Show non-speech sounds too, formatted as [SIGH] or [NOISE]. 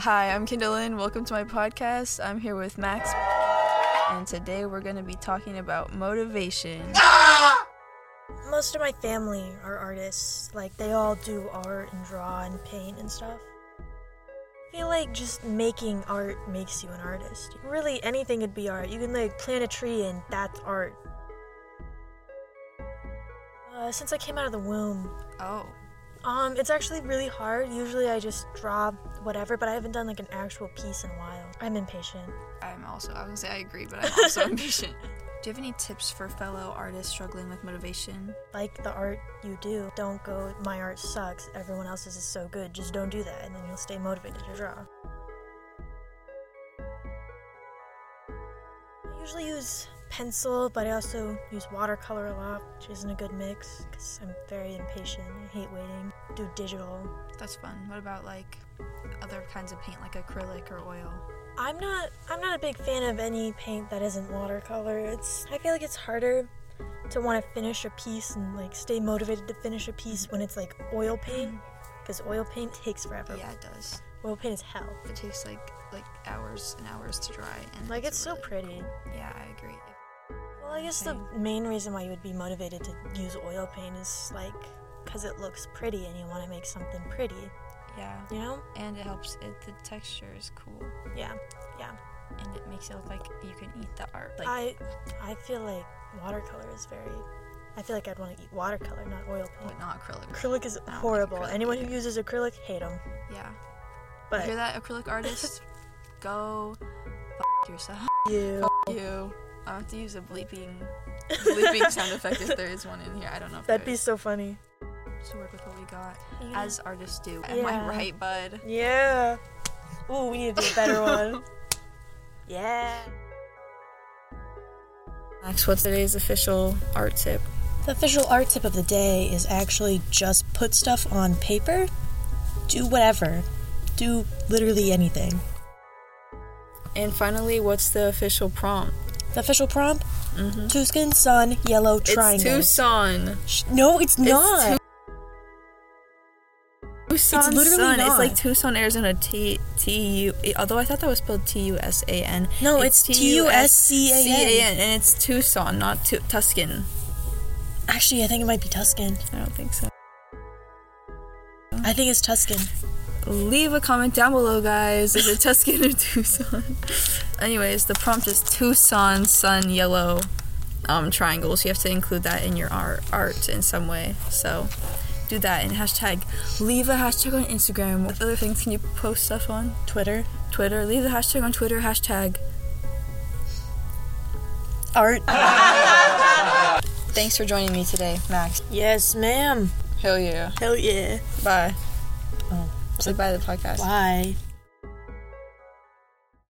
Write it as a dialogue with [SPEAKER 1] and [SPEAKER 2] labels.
[SPEAKER 1] Hi, I'm Kendallin. Welcome to my podcast. I'm here with Max. And today we're going to be talking about motivation.
[SPEAKER 2] Most of my family are artists. Like, they all do art and draw and paint and stuff. I feel like just making art makes you an artist. Really, anything could be art. You can, like, plant a tree and that's art. Uh, since I came out of the womb,
[SPEAKER 1] Oh.
[SPEAKER 2] um, it's actually really hard. Usually I just draw whatever, but I haven't done, like, an actual piece in a while. I'm impatient.
[SPEAKER 1] I'm also, I was going to say I agree, but I'm [LAUGHS] also impatient. Do you have any tips for fellow artists struggling with motivation?
[SPEAKER 2] Like the art you do, don't go, my art sucks, everyone else's is so good. Just don't do that, and then you'll stay motivated to draw. I usually use pencil, but I also use watercolor a lot, which isn't a good mix because I'm very impatient. I hate waiting. Do digital.
[SPEAKER 1] That's fun. What about like other kinds of paint like acrylic or oil?
[SPEAKER 2] I'm not I'm not a big fan of any paint that isn't watercolor. It's I feel like it's harder to want to finish a piece and like stay motivated to finish a piece when it's like oil paint because oil paint takes forever.
[SPEAKER 1] Yeah, it does.
[SPEAKER 2] Oil paint is hell.
[SPEAKER 1] It takes like like hours and hours to dry and
[SPEAKER 2] Like it's so
[SPEAKER 1] really-
[SPEAKER 2] pretty.
[SPEAKER 1] Yeah, I agree.
[SPEAKER 2] Well, I guess the main reason why you would be motivated to use oil paint is like because it looks pretty and you want to make something pretty,
[SPEAKER 1] Yeah.
[SPEAKER 2] you know?
[SPEAKER 1] And it helps it the texture is cool.
[SPEAKER 2] Yeah. Yeah.
[SPEAKER 1] and it makes it look like you can eat the art. Like,
[SPEAKER 2] I I feel like watercolor is very I feel like I'd want to eat watercolor, not oil paint.
[SPEAKER 1] but not acrylic.
[SPEAKER 2] Acrylic is
[SPEAKER 1] I don't like
[SPEAKER 2] horrible.
[SPEAKER 1] Oh, acrylic
[SPEAKER 2] Anyone who
[SPEAKER 1] either.
[SPEAKER 2] uses acrylic, hate them.
[SPEAKER 1] Yeah.
[SPEAKER 2] But
[SPEAKER 1] Hear that, acrylic artist?
[SPEAKER 2] [LAUGHS]
[SPEAKER 1] Go f- yourself.
[SPEAKER 2] you,
[SPEAKER 1] You. I have to use a bleeping,
[SPEAKER 2] [LAUGHS]
[SPEAKER 1] bleeping sound effect if there is one in here. I don't know. If
[SPEAKER 2] that'd
[SPEAKER 1] there
[SPEAKER 2] be
[SPEAKER 1] is.
[SPEAKER 2] so funny.
[SPEAKER 1] to work with what we got,
[SPEAKER 2] Yeah.
[SPEAKER 1] as artists do. Am I
[SPEAKER 2] Yeah.
[SPEAKER 1] right, bud?
[SPEAKER 2] Yeah. Ooh, we need to do
[SPEAKER 1] [LAUGHS]
[SPEAKER 2] a better one. Yeah.
[SPEAKER 1] Max, what's today's official art tip?
[SPEAKER 2] The official art tip of the day is actually just put stuff on paper. Do whatever. Do literally anything.
[SPEAKER 1] And finally, what's the official prompt? Mm-hmm.
[SPEAKER 2] The official prompt: two skin, sun, yellow, triangles.
[SPEAKER 1] Tucson.
[SPEAKER 2] Sh- no, it's not.
[SPEAKER 1] Tucson
[SPEAKER 2] It's literally
[SPEAKER 1] Sun. It's
[SPEAKER 2] not.
[SPEAKER 1] like Tucson, Arizona. T T U. Although I thought that was spelled T U S A N.
[SPEAKER 2] No, it's T-U-S-C-A-N.
[SPEAKER 1] T-U-S-C-A-N, and it's Tucson, not Tu Tuscan.
[SPEAKER 2] Actually, I think it might be Tuscan.
[SPEAKER 1] I don't think so.
[SPEAKER 2] I think it's Tuscan.
[SPEAKER 1] Leave a comment down below, guys.
[SPEAKER 2] [LAUGHS]
[SPEAKER 1] Is it Tuscan or Tucson? Anyways, the prompt is Tucson Sun Yellow um, triangles. You have to include that in your art, art in some way. So do that and hashtag. Leave a hashtag on Instagram. What other things can you post stuff on?
[SPEAKER 2] Twitter.
[SPEAKER 1] Twitter. Leave the hashtag on Twitter. Hashtag.
[SPEAKER 2] [LAUGHS] Art.
[SPEAKER 1] Thanks for joining me today, Max.
[SPEAKER 2] Yes, ma'am.
[SPEAKER 1] Hell yeah.
[SPEAKER 2] Hell yeah.
[SPEAKER 1] Bye.
[SPEAKER 2] Oh.
[SPEAKER 1] Say bye to the podcast.
[SPEAKER 2] Bye.